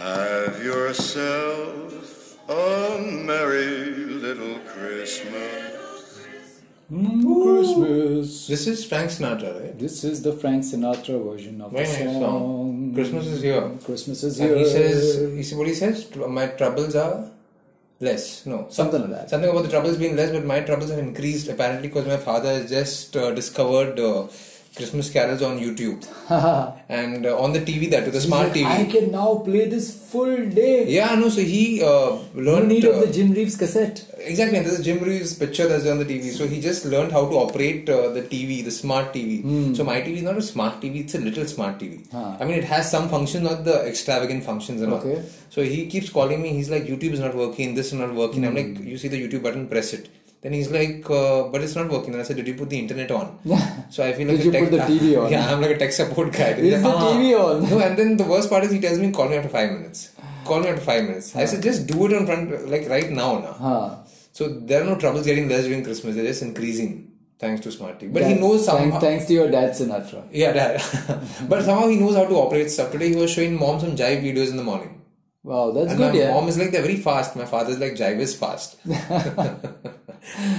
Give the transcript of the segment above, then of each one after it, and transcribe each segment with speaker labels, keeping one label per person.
Speaker 1: Have yourself a merry little Christmas.
Speaker 2: Christmas.
Speaker 3: This is Frank Sinatra, right?
Speaker 2: This is the Frank Sinatra version of
Speaker 3: Very
Speaker 2: the
Speaker 3: nice
Speaker 2: song.
Speaker 3: song. Christmas is here.
Speaker 2: Christmas is
Speaker 3: And
Speaker 2: here.
Speaker 3: he says, he, says- what he says, "Tr- my troubles are less. No, some-
Speaker 2: something like that.
Speaker 3: something about the troubles being less, but my troubles have increased apparently because my father has just uh, discovered uh, Christmas carols on YouTube and uh, on the TV that with the smart
Speaker 2: He's like, I
Speaker 3: TV.
Speaker 2: can now play this full day.
Speaker 3: Yeah, no. So he uh,
Speaker 2: No
Speaker 3: learned
Speaker 2: need
Speaker 3: uh,
Speaker 2: of the Jim Reeves cassette.
Speaker 3: Exactly, and this is Jim Reeves' picture that's on the TV. So he just learned how to operate uh, the TV, the smart TV. So my TV is not a smart TV; it's a little smart TV.
Speaker 2: Hmm. Huh.
Speaker 3: I mean, it has some functions, not the extravagant functions and
Speaker 2: Okay.
Speaker 3: all. So he keeps calling me. He's like, "YouTube is not working. This is not working."
Speaker 2: Hmm.
Speaker 3: I'm like, "You see the YouTube button? Press it." Then he's like, uh, "But it's not working." And I said, "Did you put the internet on?" so I feel like
Speaker 2: Did
Speaker 3: a
Speaker 2: you put
Speaker 3: tech-
Speaker 2: the TV on?
Speaker 3: Yeah, I'm like a tech support guy. Ah.
Speaker 2: Is the TV on?
Speaker 3: No, and then the worst part is he tells me, "Call me after five minutes." Call me after five minutes. I said, "Just do it on front, like right now, now."
Speaker 2: Huh.
Speaker 3: So there are no troubles getting less during Christmas. They're just increasing thanks to Smart TV. But he
Speaker 2: That-
Speaker 3: knows somehow.
Speaker 2: Ah, Thanks, thanks to your dad, Sinatra.
Speaker 3: Yeah, that. but somehow he knows how to operate stuff. Today he was showing mom some jive videos in the morning.
Speaker 2: Wow, that's
Speaker 3: and
Speaker 2: good,
Speaker 3: my
Speaker 2: yeah.
Speaker 3: mom is like, they're very fast. My father's like, jive is fast.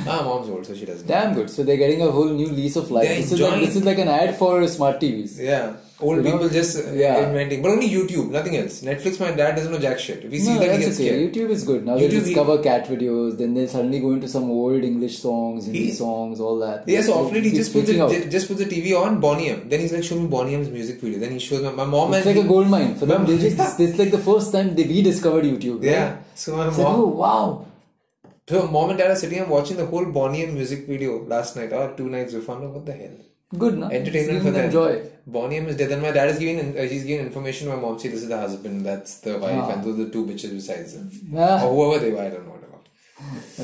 Speaker 3: ah, mom's old, so she doesn't.
Speaker 2: Damn good. So they're getting a whole new lease of life.
Speaker 3: They're
Speaker 2: This is, like,
Speaker 3: enjoying.
Speaker 2: this is like an ad for smart TVs.
Speaker 3: Yeah. Old
Speaker 2: You know?
Speaker 3: people just uh,
Speaker 2: Yeah.
Speaker 3: inventing. But only YouTube, nothing else. Netflix, my dad doesn't know jack shit. If he sees
Speaker 2: No,
Speaker 3: that, he
Speaker 2: that's
Speaker 3: gets
Speaker 2: okay.
Speaker 3: scared.
Speaker 2: YouTube is good. Now they
Speaker 3: YouTube, he-
Speaker 2: discover cat videos, then they suddenly go into some old English songs, Hindi
Speaker 3: He-
Speaker 2: songs, all that.
Speaker 3: Yeah, so
Speaker 2: They
Speaker 3: of late he
Speaker 2: keep
Speaker 3: just puts it,
Speaker 2: switching out.
Speaker 3: ju- just puts the TV on Bonniam. Then he's like, show me Bonniam's music video. Then he shows my, my mom
Speaker 2: It's
Speaker 3: and
Speaker 2: like a
Speaker 3: he-
Speaker 2: gold mine for them.
Speaker 3: Ma'am.
Speaker 2: They just this, this is like the first time they we discovered YouTube. right?
Speaker 3: Yeah. So my
Speaker 2: It's like,
Speaker 3: mom,
Speaker 2: oh wow.
Speaker 3: so mom and dad are sitting and watching the whole Bonnie M music video last night or two nights before. I'm like, what the hell?
Speaker 2: Good na? It's
Speaker 3: Entertainment
Speaker 2: giving
Speaker 3: for
Speaker 2: them
Speaker 3: them.
Speaker 2: joy.
Speaker 3: Bonnie M is dead, and my dad is giving uh, he's giving information. to My mom see this is the husband, that's the wife, and those are the two bitches besides them,
Speaker 2: Ah,
Speaker 3: or whoever they were. I don't know. whatever.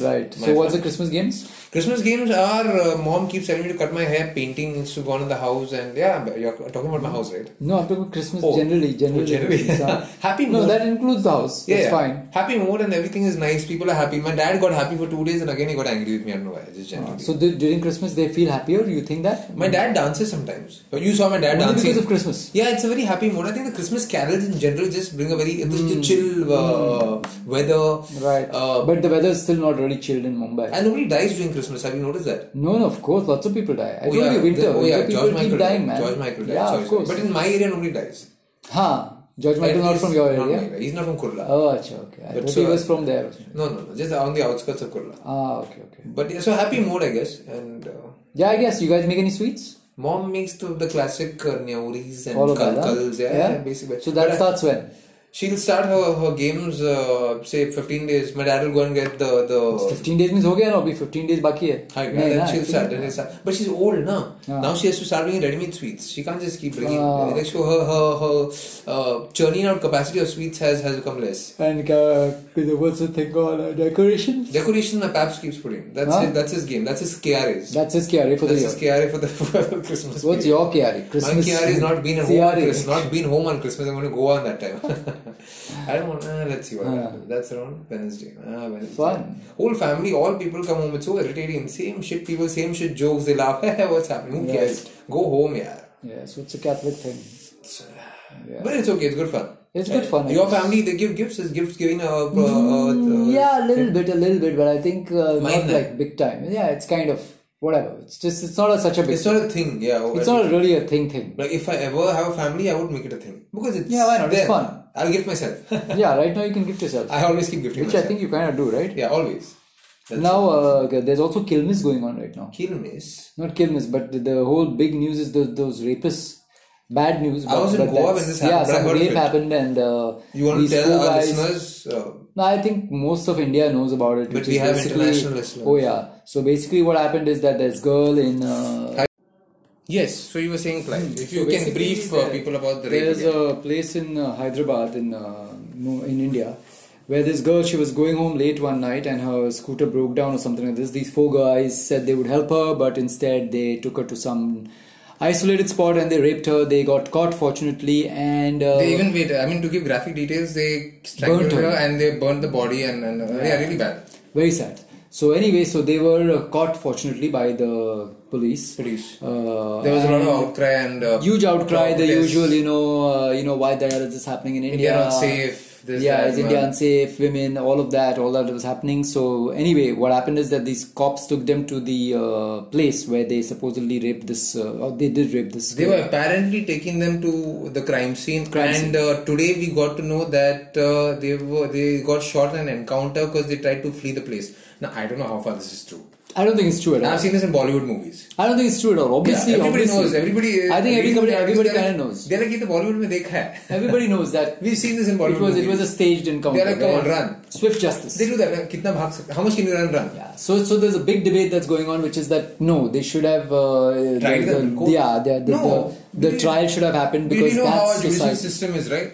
Speaker 2: right. So
Speaker 3: Oh, My
Speaker 2: what's
Speaker 3: father.
Speaker 2: the Christmas games?
Speaker 3: Christmas games are uh, mom keeps telling me to cut my hair, painting needs to go on in the house, and yeah, but you're talking about my house, right?
Speaker 2: No, I'm talking about Christmas
Speaker 3: Oh.
Speaker 2: generally. Generally.
Speaker 3: Oh, generally.
Speaker 2: Christmas, huh?
Speaker 3: Happy
Speaker 2: No,
Speaker 3: mood.
Speaker 2: that includes the house. That's fine.
Speaker 3: Happy mood and everything is nice. People are happy. My dad got happy for two days and again he got angry with me. I don't know why. Just generally.
Speaker 2: Ah, So du- during Christmas they feel happier. You think that?
Speaker 3: My dad dances sometimes. So You saw my dad
Speaker 2: Only
Speaker 3: dancing.
Speaker 2: because of Christmas.
Speaker 3: Yeah, it's a very happy mood. I think the Christmas carols in general just bring a very the chill uh, weather.
Speaker 2: Hmm. Right.
Speaker 3: Uh,
Speaker 2: but the weather is still not really chilled in Mumbai.
Speaker 3: and nobody dies during Christmas. Have you noticed that?
Speaker 2: No, no, of course, lots of people die. I
Speaker 3: Oh,
Speaker 2: told you,
Speaker 3: yeah.
Speaker 2: winter.
Speaker 3: The- oh, yeah.
Speaker 2: winter people
Speaker 3: George
Speaker 2: keep
Speaker 3: Michael.
Speaker 2: dying,
Speaker 3: died.
Speaker 2: man.
Speaker 3: George Michael died.
Speaker 2: Yeah,
Speaker 3: George
Speaker 2: of course.
Speaker 3: But in my area, nobody dies.
Speaker 2: Ha, George Michael, not
Speaker 3: At
Speaker 2: from
Speaker 3: least
Speaker 2: your
Speaker 3: not
Speaker 2: area.
Speaker 3: my area. He's not from Kurla.
Speaker 2: Oh, acha, okay. I
Speaker 3: But
Speaker 2: thought
Speaker 3: so-
Speaker 2: he was from there.
Speaker 3: no, no, no. Just on the outskirts of Kurla.
Speaker 2: Ah, okay, okay.
Speaker 3: But yeah, so happy mood, I guess. And. Uh,
Speaker 2: Yeah, I guess you guys make any sweets?
Speaker 3: Mom makes the, the classic uh, nyauris and
Speaker 2: All of that, huh?
Speaker 3: kalkals, yeah, yeah, basically.
Speaker 2: So that
Speaker 3: But I-
Speaker 2: starts when?
Speaker 3: She'll start her, her games, uh, say 15 days. My dad will go and get the. the
Speaker 2: 15 days means हो गया ना अभी 15 days बाकी है
Speaker 3: Hi, and
Speaker 2: नहीं
Speaker 3: then
Speaker 2: ना,
Speaker 3: she'll
Speaker 2: actually-
Speaker 3: start, then she'll start. But she's old now. Now she has to start bringing ready made sweets. She can't just keep bringing.
Speaker 2: Ah.
Speaker 3: Like, so her, her, her uh, churning out capacity of sweets has, has become less.
Speaker 2: And uh, what's the thing called? Uh, decorations?
Speaker 3: Decoration, my paps keeps putting. That's, his, that's his game. That's his KRAs.
Speaker 2: That's his KRA for the
Speaker 3: That's
Speaker 2: year.
Speaker 3: his KRA for the for Christmas.
Speaker 2: What's
Speaker 3: period.
Speaker 2: your KRA? Christmas.
Speaker 3: My KRA is not been at home. on
Speaker 2: CRA.
Speaker 3: Christmas, not been home on Christmas. I'm going to go on that time. I don't want. Uh, let's see what. happens. That's around Wednesday. Ah, Wednesday.
Speaker 2: Fun.
Speaker 3: Whole family, all people come home. It's so irritating. Same shit. People, same shit. Jokes. They laugh. What's happening? Who cares? Go home, yeah.
Speaker 2: Yeah, so it's a Catholic thing. Yeah.
Speaker 3: But it's okay. It's good fun.
Speaker 2: It's good fun, I
Speaker 3: Your
Speaker 2: guess.
Speaker 3: family, they give gifts. Is gift giving a? Uh, uh,
Speaker 2: Yeah, a little bit, a little bit, but I think uh, not
Speaker 3: Minor.
Speaker 2: like big time. Yeah, it's kind of whatever. It's just it's not a, such a big.
Speaker 3: It's not a thing. Yeah.
Speaker 2: It's not really a thing thing.
Speaker 3: Like if I ever have a family, I would make it a thing because it's
Speaker 2: Yeah, why not? It's
Speaker 3: there.
Speaker 2: fun.
Speaker 3: I'll gift myself.
Speaker 2: yeah, right now you can gift yourself,
Speaker 3: I always keep gifting
Speaker 2: which I
Speaker 3: myself.
Speaker 2: think you kind of do, right?
Speaker 3: Yeah, always. That's
Speaker 2: now uh, there's also Kilmis going on right now.
Speaker 3: Kilmes.
Speaker 2: Not Kilmis, but the, the whole big news is those, those rapists. Bad news.
Speaker 3: I was in Goa
Speaker 2: that's-
Speaker 3: when this happened,
Speaker 2: Yeah,
Speaker 3: but I
Speaker 2: some
Speaker 3: heard of
Speaker 2: rape
Speaker 3: it.
Speaker 2: happened, and uh,
Speaker 3: You want to
Speaker 2: these
Speaker 3: tell
Speaker 2: four
Speaker 3: our
Speaker 2: guys-
Speaker 3: listeners? Uh,
Speaker 2: No, I think most of India knows about it. which
Speaker 3: we
Speaker 2: is
Speaker 3: have
Speaker 2: basically-
Speaker 3: international listeners.
Speaker 2: Oh yeah. So basically, what happened is that this girl in uh,
Speaker 3: yes. So you were saying, Clive, if you
Speaker 2: Hmm. So
Speaker 3: can
Speaker 2: basically
Speaker 3: brief uh,
Speaker 2: there-
Speaker 3: people about the
Speaker 2: There's
Speaker 3: radio.
Speaker 2: a place in uh, Hyderabad in uh, no- in India where this girl she was going home late one night and her scooter broke down or something like this these four guys said they would help her but instead they took her to some isolated spot and they raped her they got caught fortunately and uh,
Speaker 3: They even wait. I mean, to give graphic details, they strangled
Speaker 2: Burnt her.
Speaker 3: her and they burned the body and, and uh, yeah. really bad.
Speaker 2: very sad so anyway so they were uh, caught fortunately by the police
Speaker 3: Police.
Speaker 2: uh,
Speaker 3: There was a lot of
Speaker 2: and-
Speaker 3: outcry and uh,
Speaker 2: huge outcry, the
Speaker 3: protests.
Speaker 2: usual, you know, uh, you know, why the hell is this happening in India?
Speaker 3: India not safe, this,
Speaker 2: yeah,
Speaker 3: that,
Speaker 2: is India
Speaker 3: man.
Speaker 2: unsafe? Women, all of that, all that was happening. So anyway, what happened is that these cops took them to the uh, place where they supposedly raped this, uh, or they did rape this.
Speaker 3: They
Speaker 2: girl.
Speaker 3: were apparently taking them to the crime scene,
Speaker 2: Crime
Speaker 3: and Uh, today we got to know that uh, they were they got shot in an encounter because they tried to flee the place. Now I don't know how far this is true.
Speaker 2: I don't think it's true at all.
Speaker 3: I've seen this in Bollywood movies.
Speaker 2: I don't think it's true at all. Obviously,
Speaker 3: everybody
Speaker 2: obviously.
Speaker 3: knows. Everybody.
Speaker 2: I think every company,
Speaker 3: nowadays,
Speaker 2: everybody
Speaker 3: they're
Speaker 2: kind of
Speaker 3: like-
Speaker 2: knows.
Speaker 3: They're like, "Ye to तो Bollywood mein dekha hai."
Speaker 2: Everybody knows that
Speaker 3: We've seen this in Bollywood.
Speaker 2: it was it
Speaker 3: movies.
Speaker 2: was a staged encounter.
Speaker 3: They're like, "Come on,
Speaker 2: where-
Speaker 3: run."
Speaker 2: Swift justice.
Speaker 3: They do that. like, Kitna bhag sakta? How much can you run? Run.
Speaker 2: Yeah. So, so there's a big debate that's going on, which is that no, they should have uh, the,
Speaker 3: Tried
Speaker 2: the,
Speaker 3: them, go-
Speaker 2: yeah, the, the,
Speaker 3: No.
Speaker 2: the, the
Speaker 3: Did-
Speaker 2: trial should have happened
Speaker 3: Do
Speaker 2: because
Speaker 3: you know how our
Speaker 2: that's
Speaker 3: judicial
Speaker 2: society.
Speaker 3: system is, right?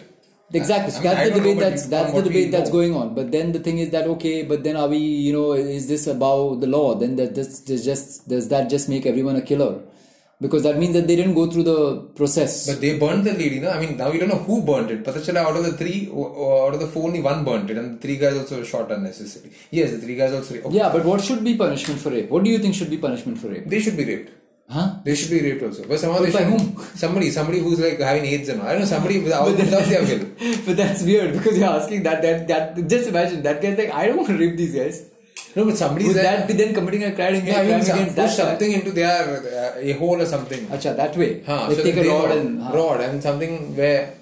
Speaker 2: Exactly.
Speaker 3: I
Speaker 2: So
Speaker 3: mean, I
Speaker 2: that's the debate that's
Speaker 3: don't know, but from
Speaker 2: that's the
Speaker 3: what we
Speaker 2: debate that's
Speaker 3: know.
Speaker 2: going on. But then the thing is that okay, but then are we you know is this about the law? Then that this, this just does that just make everyone a killer? Because that means that they didn't go through the process.
Speaker 3: But they burned the lady, no? I mean, now we don't know who burned it. Pata chala, out of the three, o- o- out of the four, only one burned it, and the three guys also were shot unnecessarily. Yes, the three guys also. Okay.
Speaker 2: yeah, but what should be punishment for rape? What do you think should be punishment for rape?
Speaker 3: They should be raped.
Speaker 2: Huh?
Speaker 3: They should be raped also. But somehow they
Speaker 2: by
Speaker 3: should.
Speaker 2: whom?
Speaker 3: Somebody, somebody who's like having AIDS and all. I don't know, somebody without, without their will.
Speaker 2: but that's weird because you're asking that that that just imagine that guy's like I don't want to rape these guys.
Speaker 3: No, but somebody's
Speaker 2: Would
Speaker 3: there.
Speaker 2: that be then committing a crime against,
Speaker 3: yeah, I mean,
Speaker 2: crime
Speaker 3: some,
Speaker 2: against
Speaker 3: push
Speaker 2: that guy?
Speaker 3: something into their uh, a hole or something.
Speaker 2: Acha, that way.
Speaker 3: Huh,
Speaker 2: They
Speaker 3: so
Speaker 2: take
Speaker 3: that
Speaker 2: a
Speaker 3: they
Speaker 2: rod
Speaker 3: know.
Speaker 2: and. huh.
Speaker 3: rod and something where.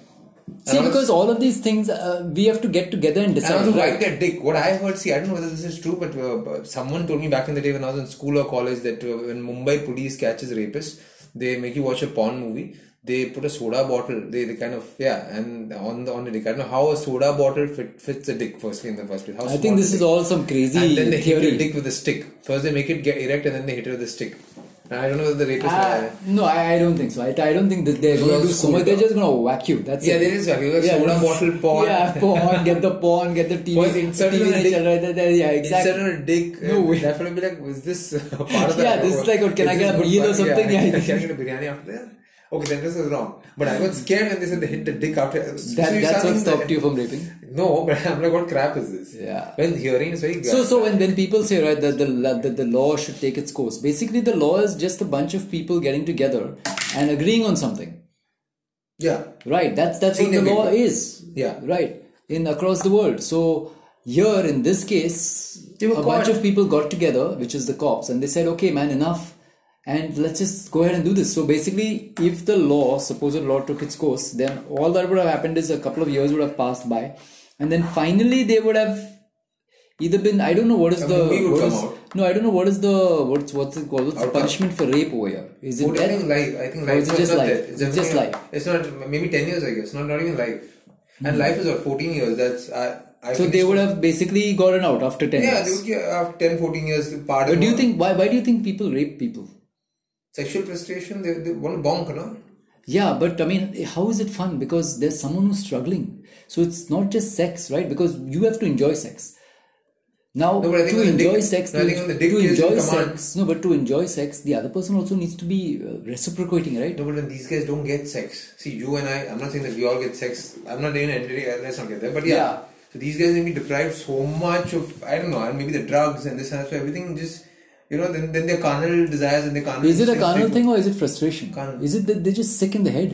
Speaker 2: See,
Speaker 3: and also-
Speaker 2: because all of these things uh, we have to get together and
Speaker 3: And
Speaker 2: decide.
Speaker 3: also
Speaker 2: right?
Speaker 3: wipe their dick. What I heard, see, I don't know whether this is true, but uh, someone told me back in the day when I was in school or college that uh, when Mumbai police catches rapists, they make you watch a porn movie. They put a soda bottle. They, they kind of yeah, and on the on the dick. I don't know how a soda bottle fit, fits a dick. Firstly, in the first place, how
Speaker 2: I think this is all some crazy
Speaker 3: and then they hit
Speaker 2: theory.
Speaker 3: the dick with a stick. First they make it get erect, and then they hit it with a stick. And I don't know whether the rapist.
Speaker 2: Ah, no, I, I don't think so. I, I don't think that they're
Speaker 3: This
Speaker 2: going
Speaker 3: was
Speaker 2: to do so
Speaker 3: cool,
Speaker 2: much. They're
Speaker 3: though.
Speaker 2: just going to whack you. That's
Speaker 3: yeah,
Speaker 2: it.
Speaker 3: there is like, like soda
Speaker 2: this-
Speaker 3: bottle porn.
Speaker 2: Yeah, porn. Get the porn. Get the TV.
Speaker 3: First insert
Speaker 2: TV
Speaker 3: in a
Speaker 2: in
Speaker 3: dick.
Speaker 2: each other, then- then- Yeah, exactly.
Speaker 3: Instead of a dick,
Speaker 2: No
Speaker 3: uh,
Speaker 2: way.
Speaker 3: definitely be like, was this uh, part of the
Speaker 2: Yeah, this is like, "Oh, can I
Speaker 3: this
Speaker 2: get a
Speaker 3: good
Speaker 2: meal or
Speaker 3: part?
Speaker 2: something?
Speaker 3: Yeah,
Speaker 2: Yeah.
Speaker 3: can I get a biryani after that? Okay, then this is wrong. But I got scared when they said they hit the dick after. so
Speaker 2: That,
Speaker 3: you
Speaker 2: that's what
Speaker 3: start thinking
Speaker 2: stopped you from raping.
Speaker 3: that- No, but I'm like, what crap is this?
Speaker 2: Yeah.
Speaker 3: When hearing is very
Speaker 2: So,
Speaker 3: good.
Speaker 2: so when, when people say right that the, that the law should take its course, basically the law is just a bunch of people getting together and agreeing on something.
Speaker 3: yeah.
Speaker 2: Right. That's that's what
Speaker 3: Senior
Speaker 2: the law
Speaker 3: people.
Speaker 2: is.
Speaker 3: Yeah.
Speaker 2: Right. In across the world. So here in this case,
Speaker 3: They were
Speaker 2: a bunch
Speaker 3: caught.
Speaker 2: of people got together, which is the cops, and they said, "Okay, man, enough." And let's just go ahead and do this. So basically, if the law, supposed law, took its course, then all that would have happened is a couple of years would have passed by, and then finally they would have either been I don't know what is
Speaker 3: A
Speaker 2: the
Speaker 3: movie would
Speaker 2: what
Speaker 3: come
Speaker 2: is-
Speaker 3: out.
Speaker 2: no I don't know what is the what's what's it called what's the
Speaker 3: Outcome.
Speaker 2: punishment for rape over here is it
Speaker 3: Would have
Speaker 2: death?
Speaker 3: been life. I think
Speaker 2: Or
Speaker 3: life
Speaker 2: is it
Speaker 3: no,
Speaker 2: just
Speaker 3: not
Speaker 2: life?
Speaker 3: death.
Speaker 2: Is it just life?
Speaker 3: It's not maybe ten years. I guess not not even life. And life is what fourteen years. That's I. I
Speaker 2: Hmm. So they
Speaker 3: finished-
Speaker 2: would have basically gotten out after 10
Speaker 3: Yeah, they
Speaker 2: years.
Speaker 3: would get after 10, 14 years. Pardon.
Speaker 2: But Uh, do you think why why do you think people rape people?
Speaker 3: sexual frustration? They they want to bonk, no?
Speaker 2: Yeah, but I mean, how is it fun? Because there's someone who's struggling. So it's not just sex, right? Because you have to enjoy sex. Now
Speaker 3: No, but I think
Speaker 2: to
Speaker 3: on the
Speaker 2: enjoy
Speaker 3: dick-
Speaker 2: sex,
Speaker 3: no, I
Speaker 2: to,
Speaker 3: think on the dick
Speaker 2: to
Speaker 3: is
Speaker 2: enjoy
Speaker 3: the command.
Speaker 2: sex, no, but to enjoy sex, the other person also needs to be uh, reciprocating, right?
Speaker 3: No, but then these guys don't get sex. See, you and I, I'm not saying that we all get sex. I'm not even entering, let's not get there. But yeah.
Speaker 2: Yeah.
Speaker 3: So these guys may be deprived so much of, I don't know, and maybe the drugs and this and that. So everything just, you know, then, then their carnal desires and their carnal.
Speaker 2: Is it a
Speaker 3: instincts
Speaker 2: carnal
Speaker 3: take-
Speaker 2: thing or is it frustration?
Speaker 3: Carnal.
Speaker 2: Is it that they're just sick in the head?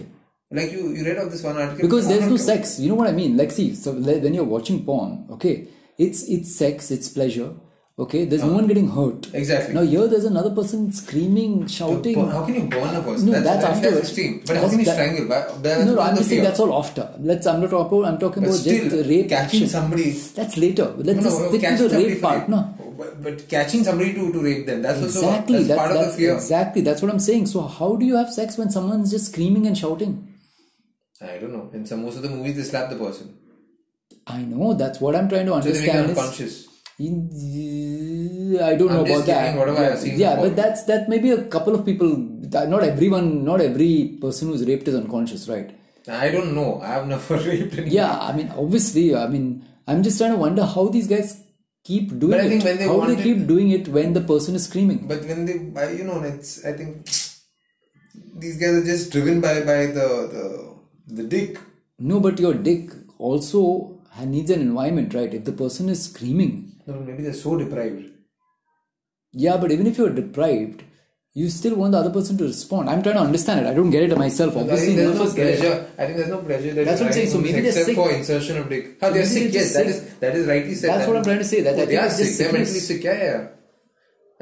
Speaker 3: Like you, you read of this one article.
Speaker 2: because there's no
Speaker 3: Porn-
Speaker 2: sex you know what i mean like see so le- when you're watching porn okay it's it's sex it's pleasure okay there's no one getting hurt
Speaker 3: Uh, Exactly.
Speaker 2: now here there's another person screaming shouting
Speaker 3: Burn- How can you burn a person?
Speaker 2: no that's,
Speaker 3: I think
Speaker 2: afterwards
Speaker 3: That's extreme. But how
Speaker 2: That's-
Speaker 3: can you
Speaker 2: that-
Speaker 3: strangle? That, that's
Speaker 2: no, no
Speaker 3: not
Speaker 2: i'm
Speaker 3: the
Speaker 2: just saying
Speaker 3: fear.
Speaker 2: that's all after let's i'm not talking about i'm talking
Speaker 3: But
Speaker 2: about
Speaker 3: still,
Speaker 2: just the rape
Speaker 3: catching
Speaker 2: action
Speaker 3: somebody
Speaker 2: that's later let's
Speaker 3: No,
Speaker 2: just
Speaker 3: no,
Speaker 2: stick
Speaker 3: catch
Speaker 2: to the
Speaker 3: somebody
Speaker 2: rape
Speaker 3: for
Speaker 2: part no
Speaker 3: rape. But, but catching somebody to, to rape them, that's
Speaker 2: exactly
Speaker 3: also that's
Speaker 2: that's,
Speaker 3: part of
Speaker 2: that's
Speaker 3: the fear.
Speaker 2: exactly that's what i'm saying so how do you have sex when someone's just screaming and shouting
Speaker 3: I don't know. In some most of the movies, they slap the person.
Speaker 2: i know that's what i'm trying to
Speaker 3: So they make them
Speaker 2: understand is-
Speaker 3: unconscious.
Speaker 2: In- I don't
Speaker 3: I'm
Speaker 2: know
Speaker 3: just
Speaker 2: about that.
Speaker 3: giving whatever I
Speaker 2: yeah,
Speaker 3: have seen
Speaker 2: yeah,
Speaker 3: before.
Speaker 2: but that's that. Maybe a couple of people. that- Not everyone. Not every person who's raped is unconscious, right?
Speaker 3: I don't know. I have never raped anyone.
Speaker 2: Yeah, I mean, obviously, I mean, I I'm just trying to wonder how these guys keep doing
Speaker 3: But I
Speaker 2: it.
Speaker 3: think when they
Speaker 2: how do they
Speaker 3: wanted-
Speaker 2: keep doing it when the person is screaming?
Speaker 3: But when they, I- you know, it's I think these guys are just driven by by the the the dick.
Speaker 2: No, but your dick also ha- needs an environment, right? If the person is screaming,
Speaker 3: No, maybe they're so deprived.
Speaker 2: yeah, but even if you're deprived, you still want the other person to respond. I'm trying to understand it. I don't get it myself.
Speaker 3: I
Speaker 2: Obviously,
Speaker 3: think
Speaker 2: none
Speaker 3: there's
Speaker 2: of
Speaker 3: no
Speaker 2: us get it.
Speaker 3: pressure. I think there's no pressure. That
Speaker 2: That's what I'm saying. So
Speaker 3: derived from
Speaker 2: maybe
Speaker 3: this
Speaker 2: they're
Speaker 3: except for
Speaker 2: sick.
Speaker 3: insertion of dick. Ah, they're
Speaker 2: Maybe
Speaker 3: sick.
Speaker 2: they're
Speaker 3: Yes,
Speaker 2: just
Speaker 3: that
Speaker 2: sick.
Speaker 3: is that is rightly said.
Speaker 2: That's
Speaker 3: that-
Speaker 2: what I'm trying to say, that I
Speaker 3: Oh,
Speaker 2: think
Speaker 3: they are
Speaker 2: it's just
Speaker 3: sick. They're mentally
Speaker 2: sickness.
Speaker 3: sick. Yeah, yeah.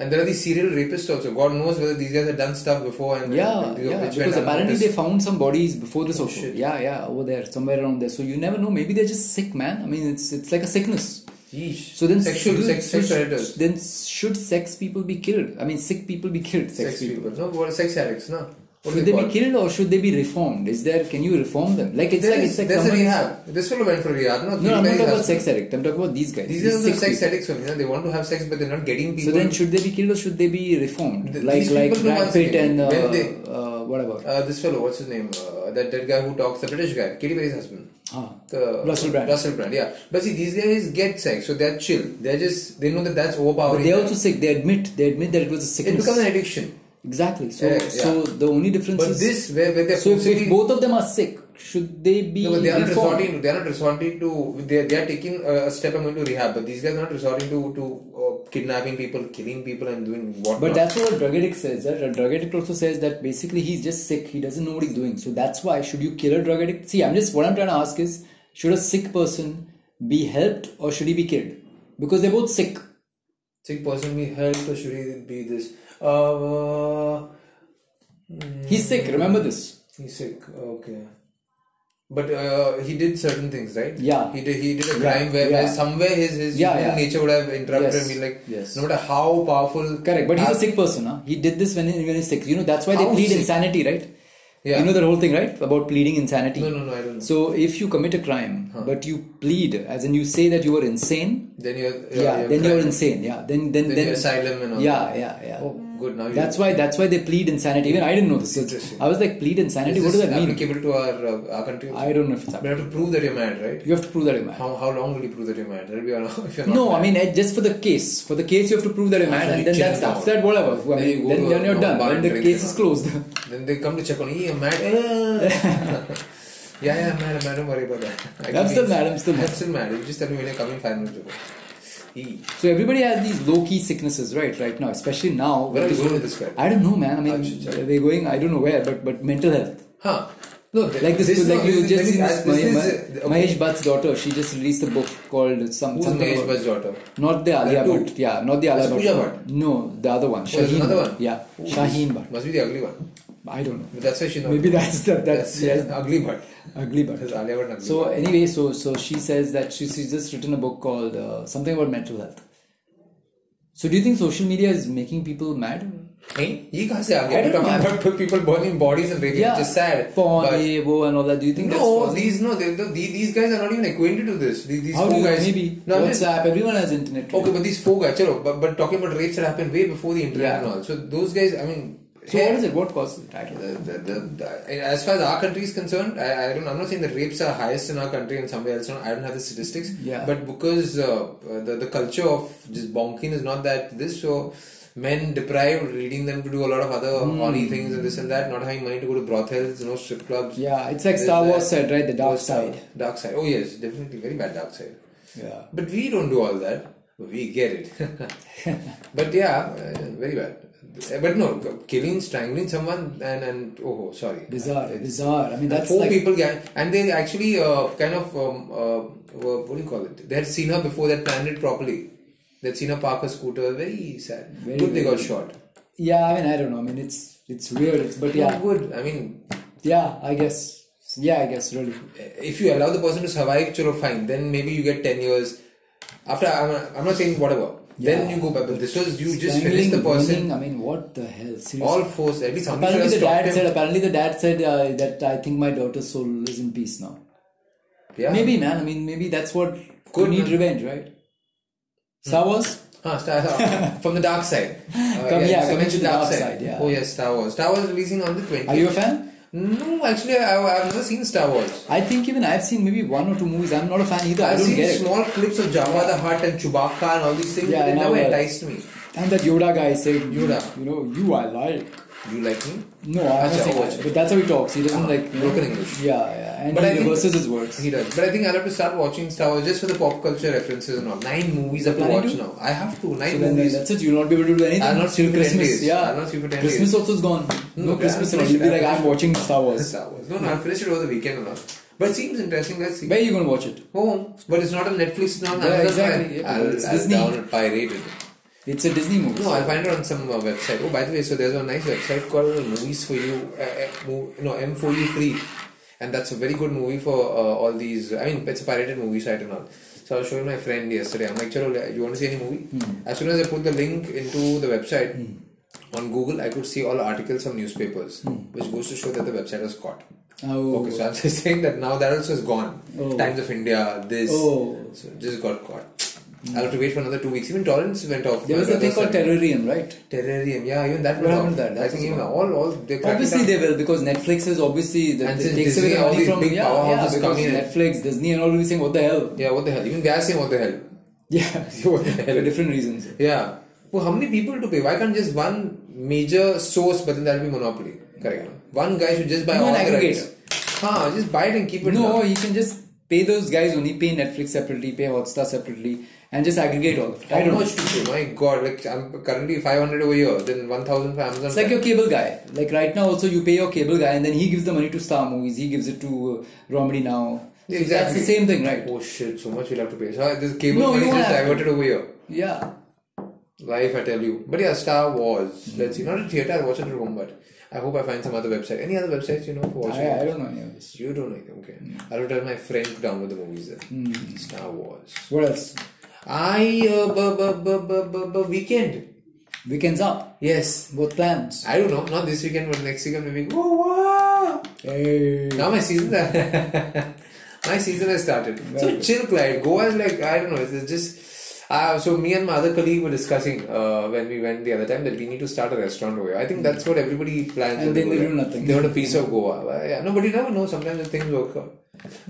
Speaker 3: And there are these serial rapists also. God knows whether these guys have done stuff before and
Speaker 2: Yeah,
Speaker 3: which
Speaker 2: yeah.
Speaker 3: went
Speaker 2: Because apparently
Speaker 3: unnoticed.
Speaker 2: they found some bodies before
Speaker 3: Oh,
Speaker 2: this also. Yeah, yeah, over there, somewhere around there. So you never know. Maybe they're just sick, man. I mean, it's it's like a sickness.
Speaker 3: Yeesh.
Speaker 2: So then,
Speaker 3: sexual
Speaker 2: should-
Speaker 3: sex, sex
Speaker 2: should-
Speaker 3: predators,
Speaker 2: Then should sex people be killed? I mean, sick people be killed. Sex,
Speaker 3: sex
Speaker 2: people.
Speaker 3: people. No, what are sex addicts? No. What do
Speaker 2: Should they
Speaker 3: call
Speaker 2: be
Speaker 3: it?
Speaker 2: killed or should they be reformed? Is there? Can you reform them? Like it's
Speaker 3: There
Speaker 2: like
Speaker 3: is-
Speaker 2: it's like
Speaker 3: there's a
Speaker 2: someone-
Speaker 3: rehab. This fellow went for rehab. No,
Speaker 2: No,
Speaker 3: these
Speaker 2: I'm not
Speaker 3: guys
Speaker 2: talking
Speaker 3: are-
Speaker 2: about sex addict. I'm talking about these guys.
Speaker 3: These
Speaker 2: these
Speaker 3: guys are
Speaker 2: sick
Speaker 3: sex
Speaker 2: people.
Speaker 3: addicts. only, You know, they want to have sex, but they're not getting people.
Speaker 2: So then, should they be killed or should they be reformed?
Speaker 3: Th-
Speaker 2: like
Speaker 3: these
Speaker 2: like
Speaker 3: people do
Speaker 2: Brad
Speaker 3: once
Speaker 2: Pitt
Speaker 3: again,
Speaker 2: and uh,
Speaker 3: when they-
Speaker 2: uh, whatever.
Speaker 3: uh, this fellow, what's his name? Uh, that that guy who talks, the British guy, Katy Perry's husband.
Speaker 2: Ah.
Speaker 3: The
Speaker 2: Russell Brand.
Speaker 3: Russell Brand, yeah. But see, these guys get sex, so they're chill. They're just they know that that's overpowering.
Speaker 2: But they're
Speaker 3: them.
Speaker 2: also sick. They admit they admit that it was a
Speaker 3: it
Speaker 2: sickness.
Speaker 3: becomes an addiction.
Speaker 2: exactly. So
Speaker 3: Yeah, yeah.
Speaker 2: so the only difference
Speaker 3: But
Speaker 2: is
Speaker 3: this where where they're
Speaker 2: So if,
Speaker 3: forcibly-
Speaker 2: if both of them are sick, should they be
Speaker 3: No, but they are not
Speaker 2: reformed?
Speaker 3: resorting. They are not resorting to. They they are taking uh, a step. I'm going to rehab, but these guys are not resorting to to uh, kidnapping people, killing people, and doing what.
Speaker 2: But that's what a drug addict says. That a drug addict also says that basically he's just sick. He doesn't know what he's doing. So that's why should you kill a drug addict? See, I'm just what I'm trying to ask is should a sick person be helped or should he be killed? Because they're both sick.
Speaker 3: sick person be helped or should he be this? Uh,
Speaker 2: He's sick. Remember this.
Speaker 3: he's sick. Okay. But uh, he did certain things, right?
Speaker 2: Yeah.
Speaker 3: He did. He did a
Speaker 2: Yeah,
Speaker 3: crime where,
Speaker 2: yeah.
Speaker 3: where somewhere his his
Speaker 2: Yeah,
Speaker 3: human
Speaker 2: yeah.
Speaker 3: nature would have interrupted
Speaker 2: Yes,
Speaker 3: and be like,
Speaker 2: yes.
Speaker 3: no matter how powerful.
Speaker 2: Correct. But he's a
Speaker 3: act-
Speaker 2: sick person. Huh? He did this when he, when he's sick. You know that's why they
Speaker 3: How
Speaker 2: plead
Speaker 3: sick?
Speaker 2: insanity, right?
Speaker 3: Yeah.
Speaker 2: You know that whole thing, right? About pleading insanity.
Speaker 3: No, no, no. I don't know.
Speaker 2: So if you commit a crime, but you plead, as in you say that you were insane,
Speaker 3: then you're.
Speaker 2: yeah, then you're insane, yeah. Then then
Speaker 3: Then you're asylum and all
Speaker 2: yeah, yeah, yeah.
Speaker 3: Oh, good. Now you.
Speaker 2: That's why that's why they plead insanity. Even I didn't know this.
Speaker 3: Interesting.
Speaker 2: I was like, plead insanity.
Speaker 3: Is
Speaker 2: What does
Speaker 3: this
Speaker 2: that mean?
Speaker 3: applicable to our uh, our country? also?
Speaker 2: I don't know if it's
Speaker 3: But you
Speaker 2: applicable.
Speaker 3: have to prove that you're mad, right?
Speaker 2: You have to prove that you're mad.
Speaker 3: How, how long will you prove that you're mad? That'll be around if you're not
Speaker 2: No,
Speaker 3: mad.
Speaker 2: I mean eh, just for the case. For the case, you have to prove that you're mad,
Speaker 3: After
Speaker 2: and then
Speaker 3: you
Speaker 2: that's
Speaker 3: chill
Speaker 2: after
Speaker 3: out.
Speaker 2: that whatever. I
Speaker 3: Then you
Speaker 2: mean,
Speaker 3: go
Speaker 2: then,
Speaker 3: to
Speaker 2: then
Speaker 3: a-
Speaker 2: you're
Speaker 3: no,
Speaker 2: done.
Speaker 3: bar
Speaker 2: When the
Speaker 3: drink
Speaker 2: case
Speaker 3: and
Speaker 2: is
Speaker 3: all.
Speaker 2: closed.
Speaker 3: Then they come to check on you, you're mad. yeah, yeah, I'm mad, I'm mad, don't worry about that. I
Speaker 2: I'm
Speaker 3: can
Speaker 2: still
Speaker 3: be-
Speaker 2: mad, I'm still mad.
Speaker 3: I'm still mad. You just tell me when you're coming five minutes ago. Eee.
Speaker 2: So everybody has these low key sicknesses, right? Right now, especially now.
Speaker 3: Where are we going with this guy?
Speaker 2: I don't know, man. I mean,
Speaker 3: Achcha, achcha.
Speaker 2: they're going. I don't know where, but but mental health.
Speaker 3: Huh. No, th-
Speaker 2: Like this,
Speaker 3: no,
Speaker 2: like you
Speaker 3: this-
Speaker 2: just
Speaker 3: this-
Speaker 2: seen
Speaker 3: this-
Speaker 2: this,
Speaker 3: this
Speaker 2: Ma-
Speaker 3: is-
Speaker 2: Ma-
Speaker 3: okay.
Speaker 2: Mahesh Bhatt's daughter. She just released a book called some.
Speaker 3: Who's
Speaker 2: something
Speaker 3: Mahesh
Speaker 2: about-
Speaker 3: Bhatt's daughter?
Speaker 2: Not the Alia
Speaker 3: two.
Speaker 2: Bhatt. Yeah, not the Alia
Speaker 3: That's Pooja
Speaker 2: Bhatt.
Speaker 3: Bhatt.
Speaker 2: No, the other one.
Speaker 3: there's
Speaker 2: Shaheen.
Speaker 3: another
Speaker 2: Bhatt.
Speaker 3: one?
Speaker 2: Yeah,
Speaker 3: Ooh,
Speaker 2: Shaheen Bhatt.
Speaker 3: Must be the ugly one.
Speaker 2: I don't know.
Speaker 3: But that's why she's not.
Speaker 2: Maybe that's the, that's
Speaker 3: That's,
Speaker 2: yes,
Speaker 3: an ugly butt.
Speaker 2: ugly Bhatt.
Speaker 3: That's Alia Bhatt and ugly
Speaker 2: So anyway, so so she says that she, she's just written a book called uh, something about mental health. So do you think social media is making people mad?
Speaker 3: Hey, ये कहाँ से आ गया?
Speaker 2: I don't
Speaker 3: We're talking
Speaker 2: know.
Speaker 3: about people burning bodies and raping, which is sad.
Speaker 2: Porn,
Speaker 3: but-
Speaker 2: ye, wo, and all that. Do you think that's
Speaker 3: No,
Speaker 2: possible?
Speaker 3: these no, they, no, these, these guys are not even acquainted to this. These, these
Speaker 2: How do
Speaker 3: four
Speaker 2: you
Speaker 3: guys.
Speaker 2: maybe
Speaker 3: No, I'm just-
Speaker 2: WhatsApp? Everyone has internet.
Speaker 3: okay, but these four guys. Chalo, but, but talking about rapes that happened way before the internet and all. So those guys, I mean,
Speaker 2: So
Speaker 3: hey,
Speaker 2: what is it? What causes it? I don't know.
Speaker 3: the- the- the- the- as far as our country is concerned, I, I don't. I'm not saying that rapes are highest in our country and somewhere else. I don't have the statistics.
Speaker 2: Yeah.
Speaker 3: But because uh, uh, the the culture of just bonking is not that this so. Men deprived, leading them to do a lot of other horny things and this and that, not having money to go to brothels, no strip clubs.
Speaker 2: Yeah, it's like
Speaker 3: There's
Speaker 2: Star Wars
Speaker 3: that.
Speaker 2: said, right? The dark
Speaker 3: Dark side.
Speaker 2: side.
Speaker 3: Dark side. Oh yes, definitely very bad dark side.
Speaker 2: Yeah.
Speaker 3: But we don't do all that. We get it. but yeah, uh, very bad. But no, killing, strangling someone, and and oh, sorry.
Speaker 2: Bizarre, bizarre. I mean, that's
Speaker 3: Four
Speaker 2: like
Speaker 3: people get, and they actually uh, kind of um, uh, wha- what do you call it? They had seen her before. They had planned it properly. They'd seen her park a scooter. Very sad. good, they got shot.
Speaker 2: yeah. I mean, I don't know. I mean, it's it's weird. It's but
Speaker 3: Yeah.
Speaker 2: yeah,
Speaker 3: Good. I mean,
Speaker 2: yeah. I guess. Yeah, I guess really.
Speaker 3: if you allow the person to survive, chalo, fine. Then maybe you get 10 years. After, I'm, I'm not saying whatever. Then you go back. But this was, you just finish
Speaker 2: Strangling,
Speaker 3: the person.
Speaker 2: burning, I mean, what the hell? Seriously.
Speaker 3: All force, at least somebody should
Speaker 2: apparently
Speaker 3: have
Speaker 2: the
Speaker 3: stopped
Speaker 2: dad
Speaker 3: him.
Speaker 2: said. Apparently the dad said uh, that I think my daughter's soul is in peace now.
Speaker 3: yeah.
Speaker 2: Maybe, man. I mean, maybe that's what you
Speaker 3: Good,
Speaker 2: need
Speaker 3: man.
Speaker 2: revenge, right? Star Wars.
Speaker 3: Huh, Ah, Star, Star- from the dark side. Uh,
Speaker 2: Come- yeah,
Speaker 3: so
Speaker 2: come
Speaker 3: it's
Speaker 2: to the dark side, yeah.
Speaker 3: Oh yes, Star Wars. Star Wars releasing on the 20th.
Speaker 2: Are you a fan?
Speaker 3: No, actually, I, I've never seen Star Wars.
Speaker 2: I think even I've seen maybe one or two movies. I'm not a fan either. I
Speaker 3: I've
Speaker 2: don't
Speaker 3: seen
Speaker 2: get it.
Speaker 3: small clips of Jabba the Hutt and Chewbacca and all these things,
Speaker 2: Yeah,
Speaker 3: but it
Speaker 2: and
Speaker 3: never
Speaker 2: all that.
Speaker 3: enticed me.
Speaker 2: And that Yoda guy said,
Speaker 3: Yoda.
Speaker 2: you know, you I like.
Speaker 3: You like me?
Speaker 2: No, I haven't
Speaker 3: Acha,
Speaker 2: seen
Speaker 3: watch
Speaker 2: it.
Speaker 3: it.
Speaker 2: But that's how he talks. He doesn't like you know,
Speaker 3: Ah, broken English.
Speaker 2: Yeah, yeah. And
Speaker 3: But I
Speaker 2: he
Speaker 3: think-
Speaker 2: reverses his words.
Speaker 3: He does. But I think I'll have to start watching Star Wars just for the pop culture references and all. Nine movies I have to
Speaker 2: planning
Speaker 3: watch
Speaker 2: to?
Speaker 3: now. I have to. Nine
Speaker 2: So then
Speaker 3: movies.
Speaker 2: that's it. You'll not be able to do anything.
Speaker 3: I'll not see you for 10
Speaker 2: Christmas.
Speaker 3: days.
Speaker 2: Yeah,
Speaker 3: I'll not see you for 10 days.
Speaker 2: Christmas also is gone. No
Speaker 3: Okay,
Speaker 2: Christmas.
Speaker 3: I'll
Speaker 2: at all.
Speaker 3: finish
Speaker 2: You'll be
Speaker 3: it.
Speaker 2: like,
Speaker 3: I'll
Speaker 2: I'm watching Star Wars.
Speaker 3: Star Wars. No, no, I'll finish it over the weekend and all. But it seems interesting. Let's see.
Speaker 2: Where are you going to watch it?
Speaker 3: Home. But it's not on Netflix now.
Speaker 2: Yeah, exactly. Yeah,
Speaker 3: I'll,
Speaker 2: it's
Speaker 3: I'll
Speaker 2: Disney.
Speaker 3: download pirate it.
Speaker 2: It's a Disney movie.
Speaker 3: No, I'll find it on some uh, website. Oh, by the way, so there's a nice website called Movies for You, uh, uh, Mo- no, M4U Free, and that's a very good movie for uh, all these. I mean, it's a pirated movie site and all. So I was showing my friend yesterday. I'm like, "Chalo, you want to see any movie?"
Speaker 2: Hmm.
Speaker 3: As soon as I put the link into the website
Speaker 2: Hmm.
Speaker 3: on Google, I could see all articles from newspapers, which goes to show that the website was caught.
Speaker 2: Oh.
Speaker 3: Okay, so I'm just saying that now that also is gone.
Speaker 2: Oh.
Speaker 3: Times of India, this,
Speaker 2: Oh.
Speaker 3: so just got caught. I'll have to wait for another two weeks. Even torrents went off.
Speaker 2: There
Speaker 3: My
Speaker 2: was a thing
Speaker 3: brother
Speaker 2: called
Speaker 3: said-
Speaker 2: Terrarium, right?
Speaker 3: Terrarium, yeah, even that
Speaker 2: What
Speaker 3: went
Speaker 2: happened
Speaker 3: off.
Speaker 2: to that?
Speaker 3: I
Speaker 2: That's
Speaker 3: think
Speaker 2: what's
Speaker 3: even all, all they
Speaker 2: Obviously they will because Netflix is obviously the,
Speaker 3: And
Speaker 2: they
Speaker 3: since
Speaker 2: takes
Speaker 3: Disney,
Speaker 2: away
Speaker 3: all
Speaker 2: money
Speaker 3: these
Speaker 2: from
Speaker 3: big
Speaker 2: yeah, yeah,
Speaker 3: powerhouses
Speaker 2: because
Speaker 3: come in.
Speaker 2: Netflix, Disney, and all will be saying what the hell.
Speaker 3: Yeah, what the hell? Even they are saying what the hell.
Speaker 2: Yeah,
Speaker 3: What the hell?
Speaker 2: for different reasons.
Speaker 3: Yeah. Well, how many people to pay? Why can't just one major source, but then that'll be monopoly? Correct. no? One guy should just buy
Speaker 2: No,
Speaker 3: all
Speaker 2: an
Speaker 3: the rights.
Speaker 2: aggregator.
Speaker 3: Huh, just buy it and keep it.
Speaker 2: No,
Speaker 3: down.
Speaker 2: you can just pay those guys only. Pay Netflix separately, pay Hotstar separately, and just aggregate all of it.
Speaker 3: How
Speaker 2: I don't know.
Speaker 3: much to pay? My god, like I'm currently 500 over here, then 1000 for Amazon.
Speaker 2: It's like your cable guy. Like right now, also you pay your cable guy, and then he gives the money to Star Movies. He gives it to uh, Romedy Now. So
Speaker 3: Exactly.
Speaker 2: That's the same thing, right?
Speaker 3: Oh shit, so much we'll have to pay. So this cable
Speaker 2: No,
Speaker 3: money
Speaker 2: you
Speaker 3: is just
Speaker 2: won't have
Speaker 3: diverted over here.
Speaker 2: Yeah.
Speaker 3: Life, I tell you. But yeah, Star Wars. Let's see. Not a theater. I'll watch it at home, but I hope I find some other website. Any other websites you know for watching?
Speaker 2: I, I don't know any of this.
Speaker 3: You don't know. either, Okay. I'll tell my friend to download the movies then. Star Wars.
Speaker 2: What else?
Speaker 3: I uh, bu- bu- bu- bu- bu- bu- weekend.
Speaker 2: Weekends up.
Speaker 3: Yes.
Speaker 2: Both plans.
Speaker 3: I don't know. Not this weekend, but next weekend maybe. Oh wow!
Speaker 2: Hey.
Speaker 3: Now my season. my season has started. so chill, Clyde. Goa is like I don't know. It's just. Uh, so me and my other colleague were discussing uh, when we went the other time that we need to start a restaurant over here. I think that's what everybody plans.
Speaker 2: And
Speaker 3: when
Speaker 2: then
Speaker 3: go
Speaker 2: they do
Speaker 3: there.
Speaker 2: nothing.
Speaker 3: They want a piece of Goa. Uh, yeah. No, but you never know. Sometimes the things work out.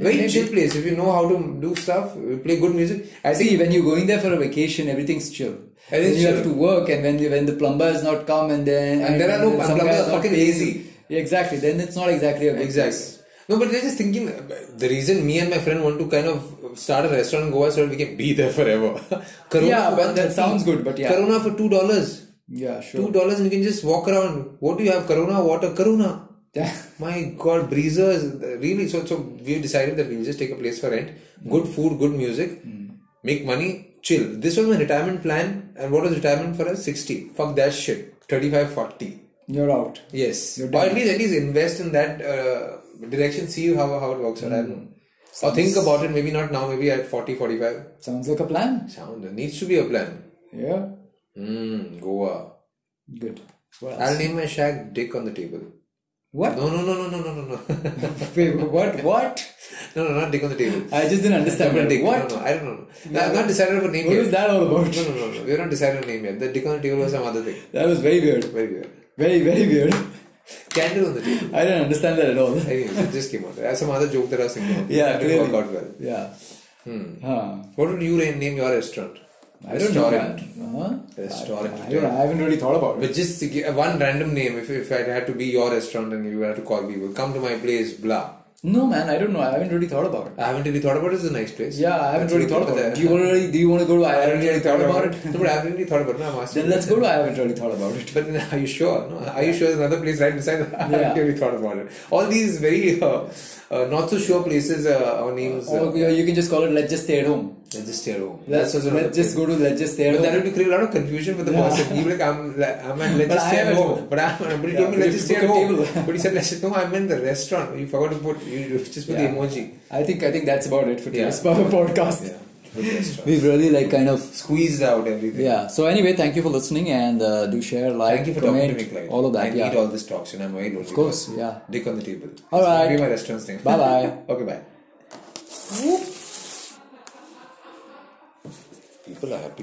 Speaker 3: Very chill place. If you know how to do stuff, you play good music. I think
Speaker 2: See, when you're going there for a vacation, everything's chill. And then
Speaker 3: Everything's
Speaker 2: you have to
Speaker 3: chill.
Speaker 2: work, and when you, when the plumber is not come, and then
Speaker 3: And there are no-
Speaker 2: then some
Speaker 3: plumbers
Speaker 2: guy is
Speaker 3: are
Speaker 2: not
Speaker 3: fucking
Speaker 2: paying.
Speaker 3: lazy.
Speaker 2: Yeah, exactly. Then it's not exactly a vacation.
Speaker 3: Exactly. No, but they're just thinking uh, the reason me and my friend want to kind of start a restaurant in Goa so that we can be there forever. Corona
Speaker 2: Yeah,
Speaker 3: for
Speaker 2: but that
Speaker 3: $130.
Speaker 2: sounds good, but yeah.
Speaker 3: Corona for two dollars.
Speaker 2: Yeah, sure.
Speaker 3: Two dollars and you can just walk around. What do you have? Corona water, Corona. My God, breezers. uh, Really, so so we've decided that we'll just take a place for rent.
Speaker 2: Mm.
Speaker 3: Good food, good music, make money, chill. This was my retirement plan, and what was retirement for us? Sixty. Fuck that shit. 35, 40.
Speaker 2: You're out.
Speaker 3: Yes.
Speaker 2: You're
Speaker 3: Or at least, at least invest in that uh, direction, see how, how it works out. I don't know. Or think about it, maybe not now, maybe at 40, 45.
Speaker 2: Sounds like a plan.
Speaker 3: Sound. There needs to be a plan.
Speaker 2: Yeah.
Speaker 3: Mm, Goa.
Speaker 2: Good. What?
Speaker 3: I'll name my shag Dick on the Table.
Speaker 2: What?
Speaker 3: No, no, no, no, no, no, no, no.
Speaker 2: Wait, what? What?
Speaker 3: no, no, not Dick on the Table.
Speaker 2: I just didn't understand.
Speaker 3: Double
Speaker 2: What? What
Speaker 3: Dick. No, no, I don't know. No, I've not decided of a name yet.
Speaker 2: is that all about?
Speaker 3: No, no, no, no. We've not decided a name yet. The Dick on the Table was some other thing.
Speaker 2: That was very weird.
Speaker 3: Very weird.
Speaker 2: Very, very weird.
Speaker 3: Candle on the Table.
Speaker 2: I didn't understand that at all.
Speaker 3: Anyways, it just came out. There's some other joke that I was thinking of.
Speaker 2: Yeah,
Speaker 3: It didn't
Speaker 2: clearly.
Speaker 3: work out well.
Speaker 2: Yeah. Hmm. Huh.
Speaker 3: What would you ra- name your restaurant?
Speaker 2: I don't know.
Speaker 3: restaurant.
Speaker 2: man. Huh?
Speaker 3: Restaurant.
Speaker 2: I don't know. I haven't really thought about it.
Speaker 3: But just to give- uh, one random name, if, if I had to be your restaurant and you had to call people, come to my place, blah.
Speaker 2: No, man. I don't know. I haven't really thought about it.
Speaker 3: I haven't really thought about it, it's a nice place.
Speaker 2: Yeah, I haven't
Speaker 3: That's
Speaker 2: really
Speaker 3: good,
Speaker 2: thought
Speaker 3: but
Speaker 2: about
Speaker 3: I-
Speaker 2: it. Do you want to really, do you want to go to I
Speaker 3: I
Speaker 2: haven't really thought about it?
Speaker 3: No, but I haven't really thought about it. No, I'm asking.
Speaker 2: Then let's go to I haven't really thought about it.
Speaker 3: But uh, are you sure? No, are you sure there's another place right beside that? I
Speaker 2: Yeah.
Speaker 3: haven't really thought about it. All these very uh, uh, not so sure places uh, our names. Uh,
Speaker 2: Or you you can just call it let's just stay at home.
Speaker 3: Let's just stay at home.
Speaker 2: Let's,
Speaker 3: That's also another
Speaker 2: let's just
Speaker 3: thing.
Speaker 2: go to let's just stay at
Speaker 3: But that
Speaker 2: home.
Speaker 3: will create a lot of confusion for the person. He'll be like, I'm, like, I'm at, let's
Speaker 2: But
Speaker 3: just stay
Speaker 2: I
Speaker 3: at
Speaker 2: am at
Speaker 3: home.
Speaker 2: home.
Speaker 3: But, I'm, but he
Speaker 2: Yeah,
Speaker 3: told me,
Speaker 2: but
Speaker 3: let's
Speaker 2: you
Speaker 3: just stay
Speaker 2: book a
Speaker 3: at home.
Speaker 2: table.
Speaker 3: but he said, let's just, no, I'm in the restaurant. You forgot to put, you you just put
Speaker 2: Yeah.
Speaker 3: the emoji.
Speaker 2: I think I think that's about it for
Speaker 3: Yeah.
Speaker 2: today's podcast.
Speaker 3: Yeah, put the restaurant.
Speaker 2: We've really like kind of
Speaker 3: Squeezed out everything.
Speaker 2: yeah. So anyway, thank you for listening and uh, do share, like,
Speaker 3: Thank you for
Speaker 2: comment,
Speaker 3: talking to me, Clyde.
Speaker 2: all of that.
Speaker 3: I
Speaker 2: yeah.
Speaker 3: need all this talks, and I'm very lonely. Of
Speaker 2: course, yeah.
Speaker 3: Dick on the table.
Speaker 2: All
Speaker 3: It's gonna
Speaker 2: right.
Speaker 3: Be my restaurant's name.
Speaker 2: Bye-bye.
Speaker 3: okay, bye. People are happy.